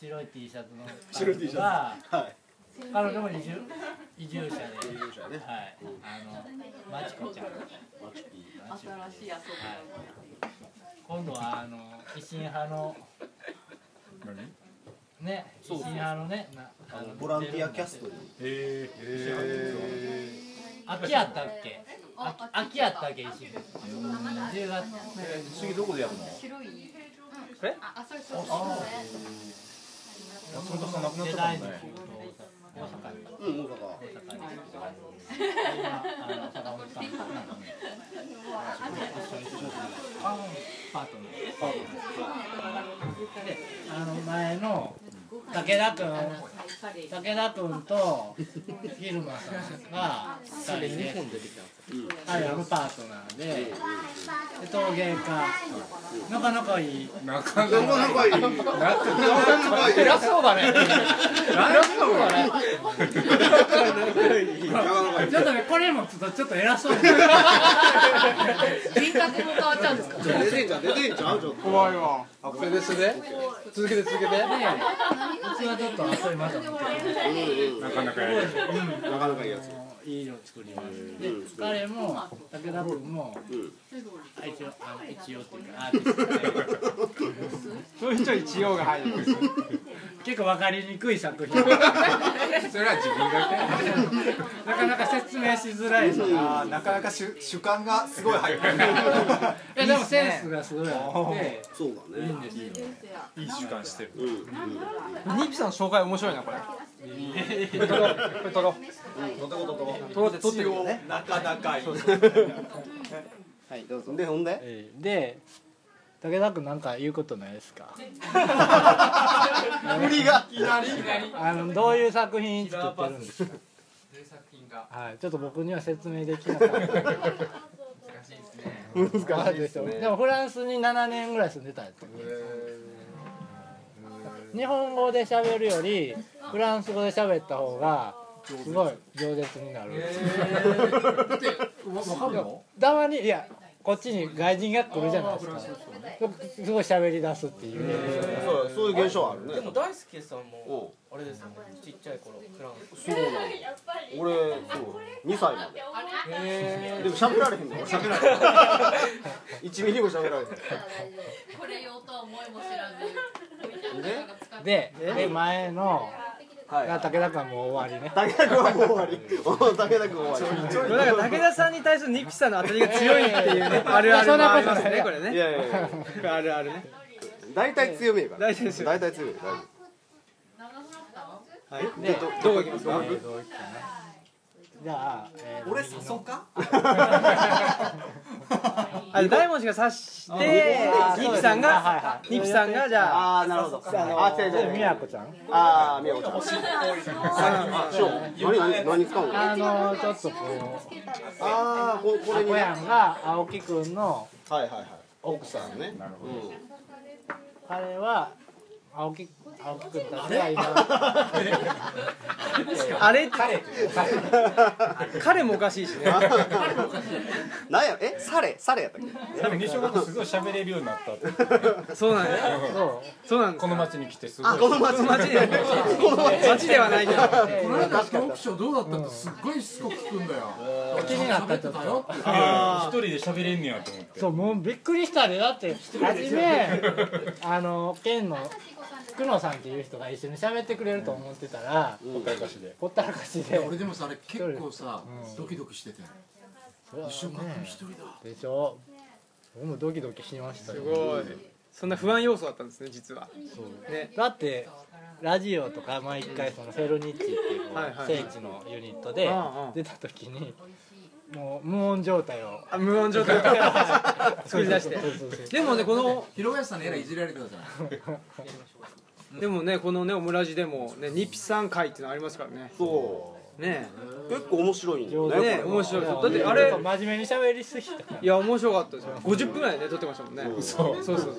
[SPEAKER 9] 白い T シャツの
[SPEAKER 6] 白い T シャツ
[SPEAKER 9] が
[SPEAKER 6] はい
[SPEAKER 9] 彼女も移住移住者で、
[SPEAKER 6] 勇者ね
[SPEAKER 9] はい、あのマチコちゃん
[SPEAKER 6] マチピー
[SPEAKER 5] 新しい遊
[SPEAKER 9] 今度はあの維新派のね維新派のねな
[SPEAKER 6] あのボランティアキャストに
[SPEAKER 2] へえ
[SPEAKER 9] 秋やったっけ秋秋やったっけ維新10月
[SPEAKER 7] 次どこでやるの？
[SPEAKER 10] 白いこ
[SPEAKER 1] れ
[SPEAKER 10] ああそれそうそうね
[SPEAKER 7] そんなそんなくなっ
[SPEAKER 9] で
[SPEAKER 7] た
[SPEAKER 9] 大
[SPEAKER 7] も
[SPEAKER 9] 臣
[SPEAKER 7] んね。
[SPEAKER 9] 大阪
[SPEAKER 6] う
[SPEAKER 9] に
[SPEAKER 6] ん大阪
[SPEAKER 9] 大阪に今あの坂本さんとパートナーであの前の武田君武田君と昼間さんが2人で彼らもパートナーでで陶芸家なかなかいい
[SPEAKER 7] なか
[SPEAKER 6] なかなかいいなかなかいいなか
[SPEAKER 9] そうだね偉そうだね
[SPEAKER 6] なかいい
[SPEAKER 9] ちょっとねこれもちょっとちょっと偉そうに
[SPEAKER 5] 人格も変わっちゃうんですか
[SPEAKER 6] 出てんじゃん出てんじゃんちょっと
[SPEAKER 1] 怖いわ
[SPEAKER 8] あこれですね続けて続けて
[SPEAKER 9] うちはちょっと遊びましたみたいな
[SPEAKER 2] なかなかやる
[SPEAKER 6] なかなかいいやつ
[SPEAKER 9] いいの作りますで彼も武田君もあ一応あの一応っていうかアーティスト
[SPEAKER 1] ち
[SPEAKER 9] で
[SPEAKER 1] ょいちょい一応が入る
[SPEAKER 9] 結構わかりにくい作品
[SPEAKER 7] それは自分が
[SPEAKER 9] なかなか説明しづらいです
[SPEAKER 7] あーなかなか主主観がすごい入ってる。
[SPEAKER 9] いやでもセンスがすごいあって
[SPEAKER 6] そうだね
[SPEAKER 2] いい時間してる
[SPEAKER 6] うん
[SPEAKER 1] ニピさんの紹介面白いなこれこれ撮ろうこれ撮ろう撮ろうって撮ってるよね
[SPEAKER 7] なかなかいい。
[SPEAKER 1] はいどうぞ
[SPEAKER 6] でほんで
[SPEAKER 9] で武田君なんか言うことないですか
[SPEAKER 6] 無理がいきなり
[SPEAKER 9] あのどういう作品作ってるんですか
[SPEAKER 12] という作品が
[SPEAKER 9] はいちょっと僕には説明できなかった
[SPEAKER 12] 難しいですね。
[SPEAKER 9] 難しいですよでもフランスに7年ぐらい住んでたんですよ日本語で喋るよりフランス語で喋った方がすごい饒舌になる。
[SPEAKER 7] わかるの
[SPEAKER 9] たまにいやこっちに外人が来るじゃないですか。すごい喋り出すっていう。
[SPEAKER 6] そうそういう現象あるね
[SPEAKER 3] でも大輔さんもあれですよねちっちゃい頃フランス
[SPEAKER 6] そうなの俺そう2歳まで
[SPEAKER 3] へー
[SPEAKER 6] でも喋られへんの俺喋られへん1ミリも喋られへん
[SPEAKER 10] これ用とは思いも知らず。
[SPEAKER 9] でで前の
[SPEAKER 6] はい
[SPEAKER 9] が武田君はもう終わりね。
[SPEAKER 6] 武田君はもう終わり。お武田君は終わり
[SPEAKER 1] これだから武田さんに対するニッピさんの当たりが強いっていうねあるあるもありますねこれ ね
[SPEAKER 6] いやいやいや
[SPEAKER 1] あるあるね
[SPEAKER 6] 大体強めやから
[SPEAKER 1] 大体強め
[SPEAKER 6] 大体強め大丈夫はいじゃあどどこ行きますか
[SPEAKER 9] じゃあ、え
[SPEAKER 7] 俺誘うか
[SPEAKER 1] あ大文字が刺して
[SPEAKER 6] あ
[SPEAKER 1] ニッピさん
[SPEAKER 9] はい
[SPEAKER 1] が
[SPEAKER 9] はい
[SPEAKER 1] ニッピさんがじゃあ
[SPEAKER 6] あーなるほど
[SPEAKER 9] あの
[SPEAKER 6] あ違う違う違う
[SPEAKER 9] みやこちゃん。
[SPEAKER 6] あー宮本さんあー塩何何何使うの
[SPEAKER 9] あのちょっとこう
[SPEAKER 6] ああここれ
[SPEAKER 9] あ
[SPEAKER 6] に
[SPEAKER 9] こやんが青木くんの
[SPEAKER 6] はいはいはい奥さんねなるほど、
[SPEAKER 9] あれは青木青木くんたちが今
[SPEAKER 1] あれ彼彼もおかしいしね
[SPEAKER 6] なんやえサレサレやったっけ
[SPEAKER 13] 多分西岡君すごい喋れるようになったって
[SPEAKER 1] そうなんだそうなん
[SPEAKER 13] この町に来てすごい
[SPEAKER 1] あこの町にこの町町ではないけど
[SPEAKER 7] この間トークショーどうだったってすっごいしつこく聞くんだよ
[SPEAKER 9] 気になったちょっと
[SPEAKER 13] あー一人で喋れんねやと思って
[SPEAKER 9] そうもうびっくりしたでだって初めあの県の久野さんっていう人が一緒に喋ってくれると思ってたら、
[SPEAKER 13] ほったらかしで
[SPEAKER 9] ほったらかしで
[SPEAKER 7] 俺でもさあれ結構さドキドキしてて西岡君一人だ
[SPEAKER 9] でしょ俺もドキドキしましたす
[SPEAKER 1] すごいそんな不安要素だったんですね実は
[SPEAKER 9] ね、だってラジオとか毎回そのフェルニッチっていうこう
[SPEAKER 1] はいはい
[SPEAKER 9] 聖地のユニットで
[SPEAKER 1] うんうん
[SPEAKER 9] 出た時にもう無音状態を
[SPEAKER 1] あ無音状態を作り出して
[SPEAKER 9] そうそうそう
[SPEAKER 1] でもねこの
[SPEAKER 7] 広林さんのえらいいじられてたじゃない
[SPEAKER 1] でもねこのねオムラジでもねニピさん会っていうのありますからねそうね
[SPEAKER 6] 結構面白いんだよ
[SPEAKER 1] ね
[SPEAKER 6] ねこれは
[SPEAKER 1] 面白いだってあれ
[SPEAKER 9] 真面目に喋りすぎた
[SPEAKER 1] いや面白かったですよ50分ぐらいね撮ってましたもんねそうそうそう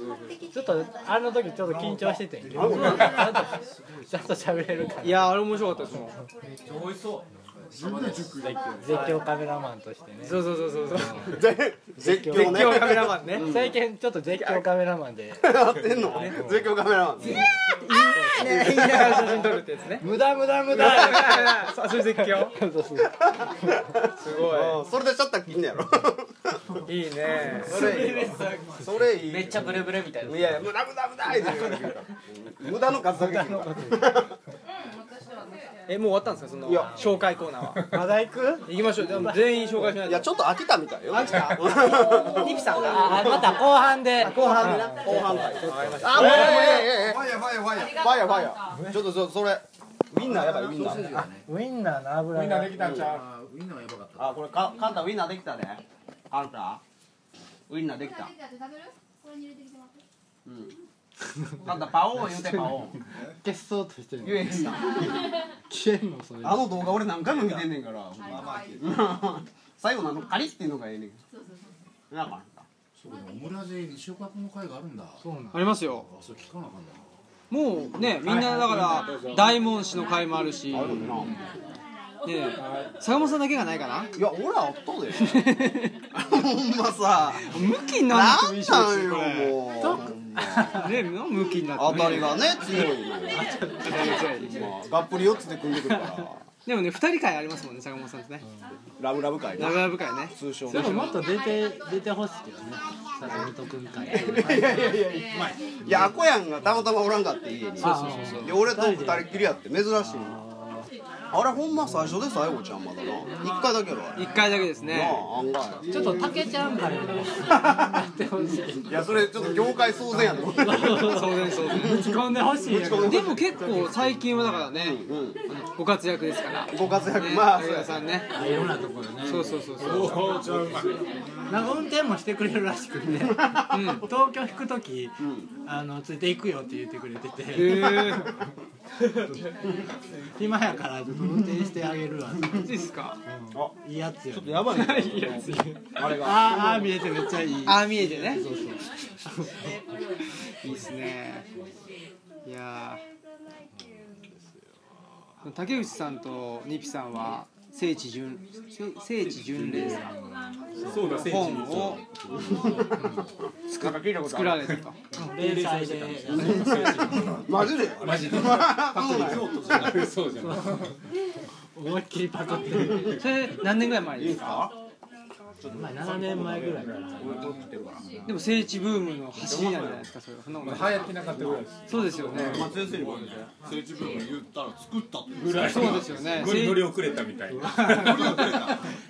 [SPEAKER 9] ちょっとあの時ちょっと緊張しててちゃんとちゃんと喋れるから
[SPEAKER 1] いやあれ面白かったですもん
[SPEAKER 13] 美味しそう
[SPEAKER 9] 絶叫カメラマンとしてね
[SPEAKER 1] そうそうそうそうそう
[SPEAKER 6] 絶
[SPEAKER 1] 絶叫カメラマンね
[SPEAKER 9] 最近ちょっと絶叫カメラマンで
[SPEAKER 6] やってんの絶叫カメラマン
[SPEAKER 1] ね言いながら写真撮るってやつね
[SPEAKER 9] 無駄無駄無駄
[SPEAKER 1] さあそれ絶叫
[SPEAKER 9] そうそう
[SPEAKER 1] すごい
[SPEAKER 6] うんそれでシャッター切んねやろ
[SPEAKER 1] いいね
[SPEAKER 6] それいいわそれいいめっ
[SPEAKER 3] ちゃブレブレみたい
[SPEAKER 6] ないやいや無駄無駄無駄って言うから無駄の数だけ聞くから
[SPEAKER 1] えもう終わったんですかその紹介コーナーは
[SPEAKER 9] まだ行く
[SPEAKER 1] 行きましょうでも全員紹介しないと
[SPEAKER 6] いやちょっと飽きたみたいよ飽きた
[SPEAKER 1] ニピさんが
[SPEAKER 9] あまた後半で
[SPEAKER 1] 後半でな
[SPEAKER 6] 後半回
[SPEAKER 1] わかりました
[SPEAKER 6] あもういやいやいやいや
[SPEAKER 2] ファイヤーファイヤーファイヤー
[SPEAKER 6] ファイヤーファイヤーちょっとそそれウィンナーやばいウィンナー
[SPEAKER 9] ウインナーの油が
[SPEAKER 7] あウィンナーやばかった
[SPEAKER 6] あこれかカンタウィンナーできたねカンタウィンナーできたうんカンタパオーン言うてパオーン
[SPEAKER 9] 消そうとしてる
[SPEAKER 6] 言えへんな
[SPEAKER 9] 消えんのそれ
[SPEAKER 6] あの動画俺何回も見てんねんからまあまあうん 最後のあのカリっていうのがええねんなんか
[SPEAKER 7] そうだオムラジ西岡君の会があるんだそうなん
[SPEAKER 1] ありますよ
[SPEAKER 7] あそれ聞かなあかんな
[SPEAKER 1] もうねみんなだから大門氏の会もあるしねえ坂本さんだけがないかない
[SPEAKER 6] や俺はあったで ほんまさ
[SPEAKER 1] 向きにならなくてもいいし
[SPEAKER 6] なんなんよもう
[SPEAKER 1] ね向きになって
[SPEAKER 6] 当たりがね強い のよまあがっぷり四つで組んでくるから
[SPEAKER 1] でもね二人会ありますもんね坂本さんとね
[SPEAKER 6] ラブラブ会な
[SPEAKER 1] ラブラブ会ね
[SPEAKER 6] 通称
[SPEAKER 9] でももっと出て出てほしいけどね坂本君会
[SPEAKER 6] いやいやいやいやいやアコヤンがたまたまおらんかって家に
[SPEAKER 9] そうそうそうそう
[SPEAKER 6] で俺と二人っきりやって珍しいのあれほんま最初で最後ちゃんまだな一回だけやろあれ
[SPEAKER 1] 一回だけですね
[SPEAKER 6] なあ案外
[SPEAKER 9] ちょっと竹ちゃん会も
[SPEAKER 6] いやそれちょっと業界騒然やと思う
[SPEAKER 1] そうですそうです
[SPEAKER 9] 打ち込んでほしいやけど
[SPEAKER 1] でも結構最近はだからね、あのご活躍ですから
[SPEAKER 6] ご活躍まあ
[SPEAKER 1] 武田さんね
[SPEAKER 9] いろんなところでね
[SPEAKER 1] そうそうそうそう
[SPEAKER 13] おお超うまい
[SPEAKER 9] なんか運転もしてくれるらしくて、東京引く時、あのついていくよって言ってくれてて、
[SPEAKER 1] ー
[SPEAKER 9] 暇やからちょっと運転してあげるわ
[SPEAKER 1] いいですか
[SPEAKER 9] いいやつよ、ね、
[SPEAKER 6] やばいね
[SPEAKER 1] いいやつ
[SPEAKER 6] あれが
[SPEAKER 9] あーあー見えてめっちゃいい
[SPEAKER 1] ああ見えてね
[SPEAKER 9] そうそう
[SPEAKER 1] いいですねいやー竹内さんとニピさんは聖地巡聖地巡礼さん
[SPEAKER 7] そうだ聖地
[SPEAKER 1] 本を作作られてた
[SPEAKER 9] 連載で
[SPEAKER 14] マジで
[SPEAKER 7] マジで
[SPEAKER 1] そうじゃん思いっきりパクってるそれ何年ぐらい前ですか
[SPEAKER 9] 7年前ぐらいから
[SPEAKER 1] でも聖地ブームの走りなんじゃないですかそれはそんなことない
[SPEAKER 7] 流行ってなかったぐらいです
[SPEAKER 1] そうですよね
[SPEAKER 6] 松江生理はね政治部が言ったら作ったって
[SPEAKER 7] ぐらい
[SPEAKER 1] そうですよね
[SPEAKER 7] 乗り乗り遅れたみたいな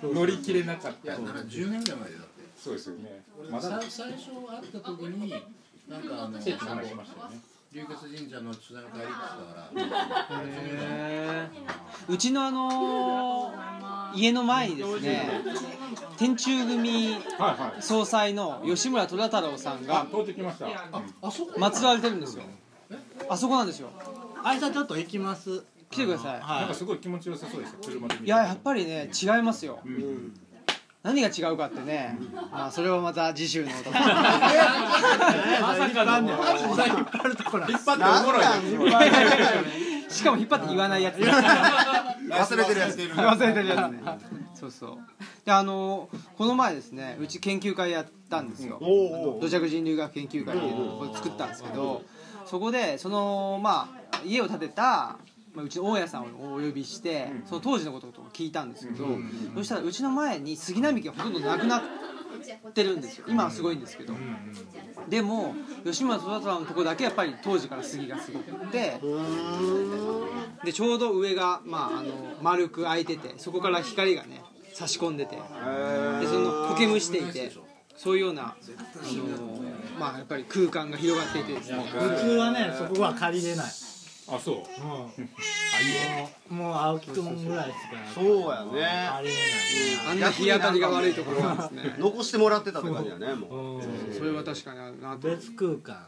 [SPEAKER 7] 乗り切れなかった
[SPEAKER 8] だから10年ぐらい前でだって
[SPEAKER 7] そうですよね
[SPEAKER 8] まだ最初会った時になんかあの
[SPEAKER 7] 聖地の話しましたよね
[SPEAKER 8] 龍角神社の取材の帰りって言ってたから
[SPEAKER 1] へーうちのあのー家の前にですね天中組総裁の吉村虎太郎さんが
[SPEAKER 7] 通ってきました
[SPEAKER 8] あそこ
[SPEAKER 1] 祀られてるんですよあそこなんですよ
[SPEAKER 9] あいさちょっと行きます
[SPEAKER 1] 来てください、
[SPEAKER 7] なんかすごい気持ちよさそうでした車で見
[SPEAKER 1] い、
[SPEAKER 7] て
[SPEAKER 1] ややっぱりね違いますよ、何が違うかってね、まあそれはまた次週のお楽しみ
[SPEAKER 9] まさかの引っ張るところ
[SPEAKER 7] 引っ張っておもろいよ
[SPEAKER 1] しかも引っ張って言わないやつ
[SPEAKER 6] 忘れてるやつ
[SPEAKER 1] 忘れてるやつねそうそうであのこの前ですねうち研究会やったんですよ土着人類学研究会っていうのをこれ作ったんですけどそこでそのまあ家を建てたまあうちの大家さんをお呼びしてその当時のことを聞いたんですけどそしたらうちの前に杉並木がほとんどなくなってるんですよ今はすごいんですけどでも吉村虎太郎のとこだけやっぱり当時から杉がすごくてでちょうど上が、まあ、あの丸く開いててそこから光がね差し込んでてでその苔むしていてそういうような、あのまあ、やっぱり空間が広がっていてですね
[SPEAKER 9] 普通はねそこは借りれない
[SPEAKER 7] あそう
[SPEAKER 9] もう青木くんぐらいしか
[SPEAKER 6] そうやね
[SPEAKER 9] 借りれ
[SPEAKER 1] あんな日当たりが悪いところはですね
[SPEAKER 6] 残してもらってたって感じだねもう
[SPEAKER 9] ないうん
[SPEAKER 1] それは確かにあるなと
[SPEAKER 9] 別空間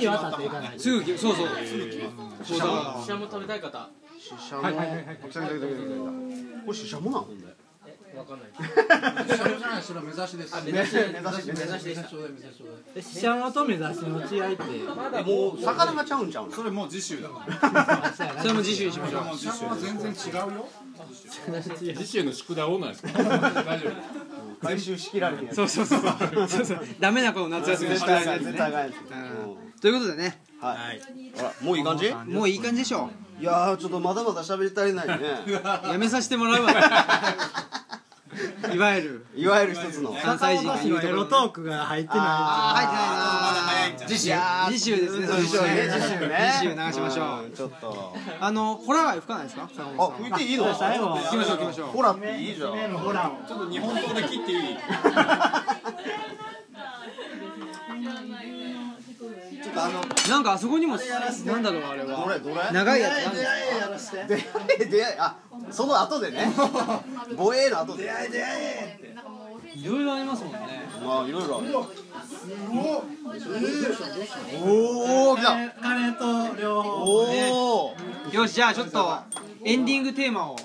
[SPEAKER 9] 橋渡っていかない
[SPEAKER 1] すぐきそうそうそうだ
[SPEAKER 15] シ
[SPEAKER 1] か
[SPEAKER 15] シャモ食べたい方
[SPEAKER 6] シシャモこれシシャモなほんで
[SPEAKER 15] えわかんない
[SPEAKER 8] それじゃないそれは目指しです
[SPEAKER 15] あ目指し目指し
[SPEAKER 8] 目
[SPEAKER 15] 目
[SPEAKER 8] 指
[SPEAKER 15] 指
[SPEAKER 8] し
[SPEAKER 15] し
[SPEAKER 8] で
[SPEAKER 15] で
[SPEAKER 8] し
[SPEAKER 15] したた
[SPEAKER 8] ちょうだい目指しちょうだい
[SPEAKER 9] えシャモと目指しの違いって
[SPEAKER 15] まだ
[SPEAKER 6] もう魚がちゃうんちゃうん
[SPEAKER 16] それもう次週だから
[SPEAKER 1] らそれも次週にしましょう
[SPEAKER 16] もう次週は全然違うよ
[SPEAKER 7] 次週の宿題多ないですか大丈夫
[SPEAKER 6] 回収しきられるやつ
[SPEAKER 1] そうそうそうそうそうダメなこの夏休みの宿題のやつ
[SPEAKER 6] 絶
[SPEAKER 1] ね
[SPEAKER 6] 対あかんやつ
[SPEAKER 1] うんということでね
[SPEAKER 6] はいほらもういい感じい
[SPEAKER 1] もういい感じでしょ
[SPEAKER 6] やーちょっとまだまだ喋り足りないね
[SPEAKER 1] うやめさせても らうわいわゆる
[SPEAKER 6] いわゆる一つの
[SPEAKER 1] 関西人が言うとこ
[SPEAKER 9] エ
[SPEAKER 1] ろ
[SPEAKER 9] ロ
[SPEAKER 1] の
[SPEAKER 9] トークが入ってな
[SPEAKER 1] あー入ってないなー
[SPEAKER 6] 次週
[SPEAKER 1] 次週ですねそれも
[SPEAKER 6] 次週ね次週ね
[SPEAKER 1] 次週流しましょうん
[SPEAKER 6] ちょっと
[SPEAKER 1] あのホラーは吹かないですか坂
[SPEAKER 6] あ
[SPEAKER 1] 本さん
[SPEAKER 6] 浮いていいの
[SPEAKER 9] 最後
[SPEAKER 1] 行きましょう行きましょう
[SPEAKER 6] ほらっていいじゃん
[SPEAKER 9] い目のホラーを
[SPEAKER 16] ちょっと日本刀で切っていい
[SPEAKER 6] ちょっとあの
[SPEAKER 1] なんかあそこにもなんだろうあれ
[SPEAKER 6] どれ
[SPEAKER 1] は
[SPEAKER 6] どれ
[SPEAKER 1] 長いやつなんですか
[SPEAKER 6] 出会い 出会いあその後でね防衛の後で出会い出会い
[SPEAKER 1] いろいろありますもんね
[SPEAKER 6] まあいろいろあるおお来た
[SPEAKER 9] 金と両方
[SPEAKER 6] おお
[SPEAKER 1] よしじゃあちょっとエンディングテーマを
[SPEAKER 16] ち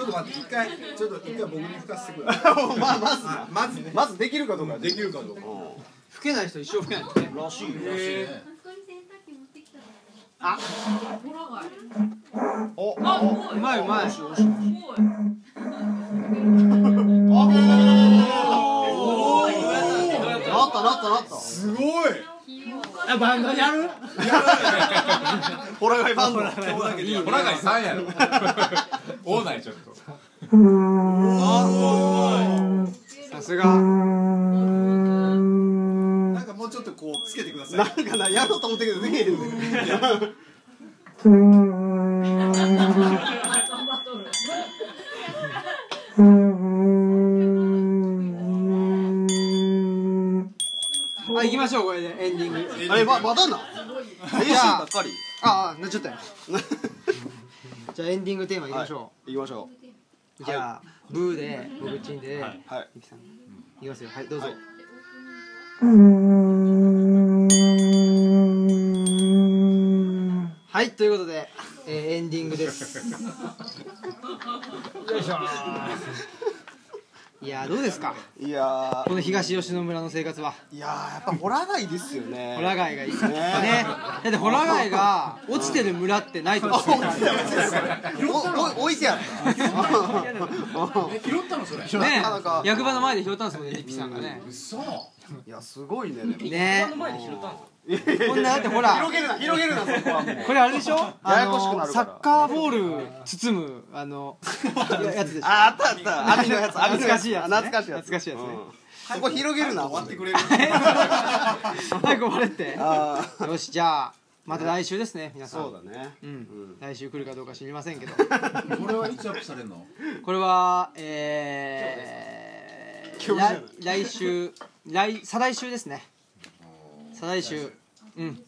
[SPEAKER 16] ょっと待って一回ちょっと一回僕に吹かせてください
[SPEAKER 6] まあまずな
[SPEAKER 16] まずね
[SPEAKER 6] まずできるかどうか
[SPEAKER 16] できるかどうか
[SPEAKER 1] 吹けない人一生吹けないですね
[SPEAKER 6] らしいよお
[SPEAKER 5] あ、すご
[SPEAKER 1] う
[SPEAKER 5] い。
[SPEAKER 1] まいうまい
[SPEAKER 5] すごい。
[SPEAKER 6] おおなったなったなった
[SPEAKER 16] すごい
[SPEAKER 9] あバンドやる
[SPEAKER 6] ホラガイバンド
[SPEAKER 7] ホラガイさんやろ 多ないちょっと
[SPEAKER 1] さすが
[SPEAKER 16] なんかもうちょっとこうつけてください
[SPEAKER 6] なんかなやろうと思ったけどできへんねん
[SPEAKER 1] あ行きましょうこれでエンディング
[SPEAKER 6] あれままだな練習ばっかり
[SPEAKER 1] ああなっちゃ ったよじゃあエンディングテーマいきましょう、
[SPEAKER 6] 行きましょ
[SPEAKER 1] じゃあ、ブーで僕チンで、
[SPEAKER 6] うはい
[SPEAKER 1] ゆきさんいきますよはいどうぞ、
[SPEAKER 6] はい
[SPEAKER 1] はいということで、えーエンディングですよいしょいやーどうですか
[SPEAKER 6] いや
[SPEAKER 1] この東吉野村の生活はい
[SPEAKER 6] やーやっぱホラー街ですよね
[SPEAKER 1] ホラガイがいいですねだってホラガイが落ちてる村ってないと思う
[SPEAKER 6] 落ちてる落ち てるおお置いてあった
[SPEAKER 1] っ
[SPEAKER 6] 拾
[SPEAKER 1] たのそれね役場の前で拾ったんですもんねリッピさんがね
[SPEAKER 6] 嘘いやすごいねでも
[SPEAKER 1] ね
[SPEAKER 17] の前で拾ったんです
[SPEAKER 1] こんなだってほら
[SPEAKER 6] 広げるな広げるなそこはもう
[SPEAKER 1] これあれでしょ
[SPEAKER 6] ややこしくな
[SPEAKER 1] あの
[SPEAKER 6] る
[SPEAKER 1] サ
[SPEAKER 6] から
[SPEAKER 1] ッカーボール包むあのやつでしょ
[SPEAKER 6] ああったあった網のやつ網の
[SPEAKER 1] 懐かしいやつね
[SPEAKER 6] 懐かしいやつ
[SPEAKER 1] 懐かしいやつね
[SPEAKER 6] そこ広げるな割ってくれ る
[SPEAKER 1] 早く終われってよしじゃあまた来週ですね皆さん
[SPEAKER 6] そうだね
[SPEAKER 1] うん来週来るかどうか知りませんけど
[SPEAKER 7] これはいつアップされるの
[SPEAKER 1] これはえー
[SPEAKER 7] 今日です
[SPEAKER 1] 来来週来再来週ですね再来週うん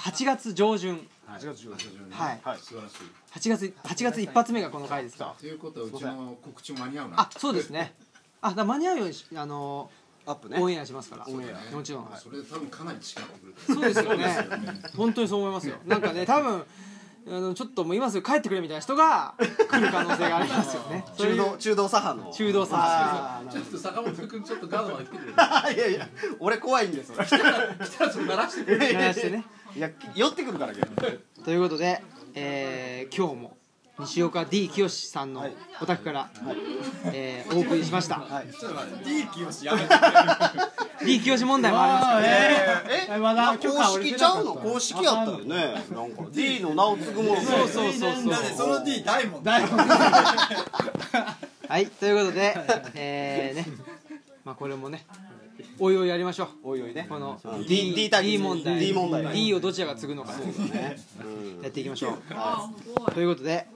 [SPEAKER 1] 8月上旬
[SPEAKER 7] 8月上旬
[SPEAKER 1] はい
[SPEAKER 7] 素晴らしい
[SPEAKER 1] 8月8月一発目がこの回ですから
[SPEAKER 7] ということはうちの告知も間に合うな
[SPEAKER 1] あそうですねあだから間に合うようにしあの
[SPEAKER 6] アップ
[SPEAKER 1] オンエアしますからもちろん
[SPEAKER 7] それで多分かなり近くってくる
[SPEAKER 1] そうですよね。本当にそう思いますよ。なんかね、多分。あのちょっともう今すぐ帰ってくれみたいな人が来る可能性がありますよね。
[SPEAKER 6] 中道中道左派の
[SPEAKER 1] 中道左派
[SPEAKER 18] ちょっと坂本君ちょっとガードまで来てくれる
[SPEAKER 6] 派いやいや俺怖いんですよ来たら
[SPEAKER 18] 来たらちょっと鳴らしてくれる
[SPEAKER 1] 鳴らしてね
[SPEAKER 6] いや寄ってくるから逆に
[SPEAKER 1] ということで、えー今日も西岡 D 清さんのお宅から、えーお送りしました。
[SPEAKER 19] ちょっと待って D 清やめて
[SPEAKER 1] D 清問題もありますからね。
[SPEAKER 6] えまだ公
[SPEAKER 1] 許可下り
[SPEAKER 6] 式
[SPEAKER 1] て
[SPEAKER 6] ち
[SPEAKER 1] な
[SPEAKER 6] ゃ
[SPEAKER 1] か
[SPEAKER 6] う
[SPEAKER 1] った
[SPEAKER 6] の公式やったよねなんか D の名を継ぐもの
[SPEAKER 1] そうそうそうそうだってその
[SPEAKER 6] D 大門
[SPEAKER 1] はい、ということで、えーね、まあこれもね、おいおいやりましょう。
[SPEAKER 6] おいおいね。
[SPEAKER 1] この
[SPEAKER 6] うん
[SPEAKER 1] D,
[SPEAKER 6] D
[SPEAKER 1] D,
[SPEAKER 6] 対決
[SPEAKER 1] 問題
[SPEAKER 6] D 問題
[SPEAKER 1] D をどちらが継ぐのか、やっていきましょう。ということで、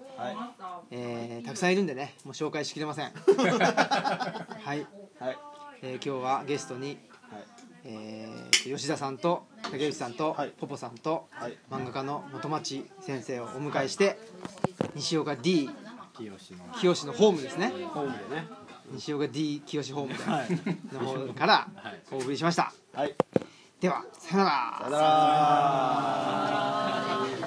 [SPEAKER 1] えーたくさんいるんでね、もう紹介しきれません。はい。えー今日はゲストに、えー吉田さんと竹内さんと、ポポさんと、漫画家の元町先生をお迎えして、西岡 D 清のホームですね。
[SPEAKER 6] ホームでね
[SPEAKER 1] 西岡 D 清ホームで、の方からお送りしました。
[SPEAKER 6] はい。
[SPEAKER 1] ではさよなら。
[SPEAKER 6] さよなら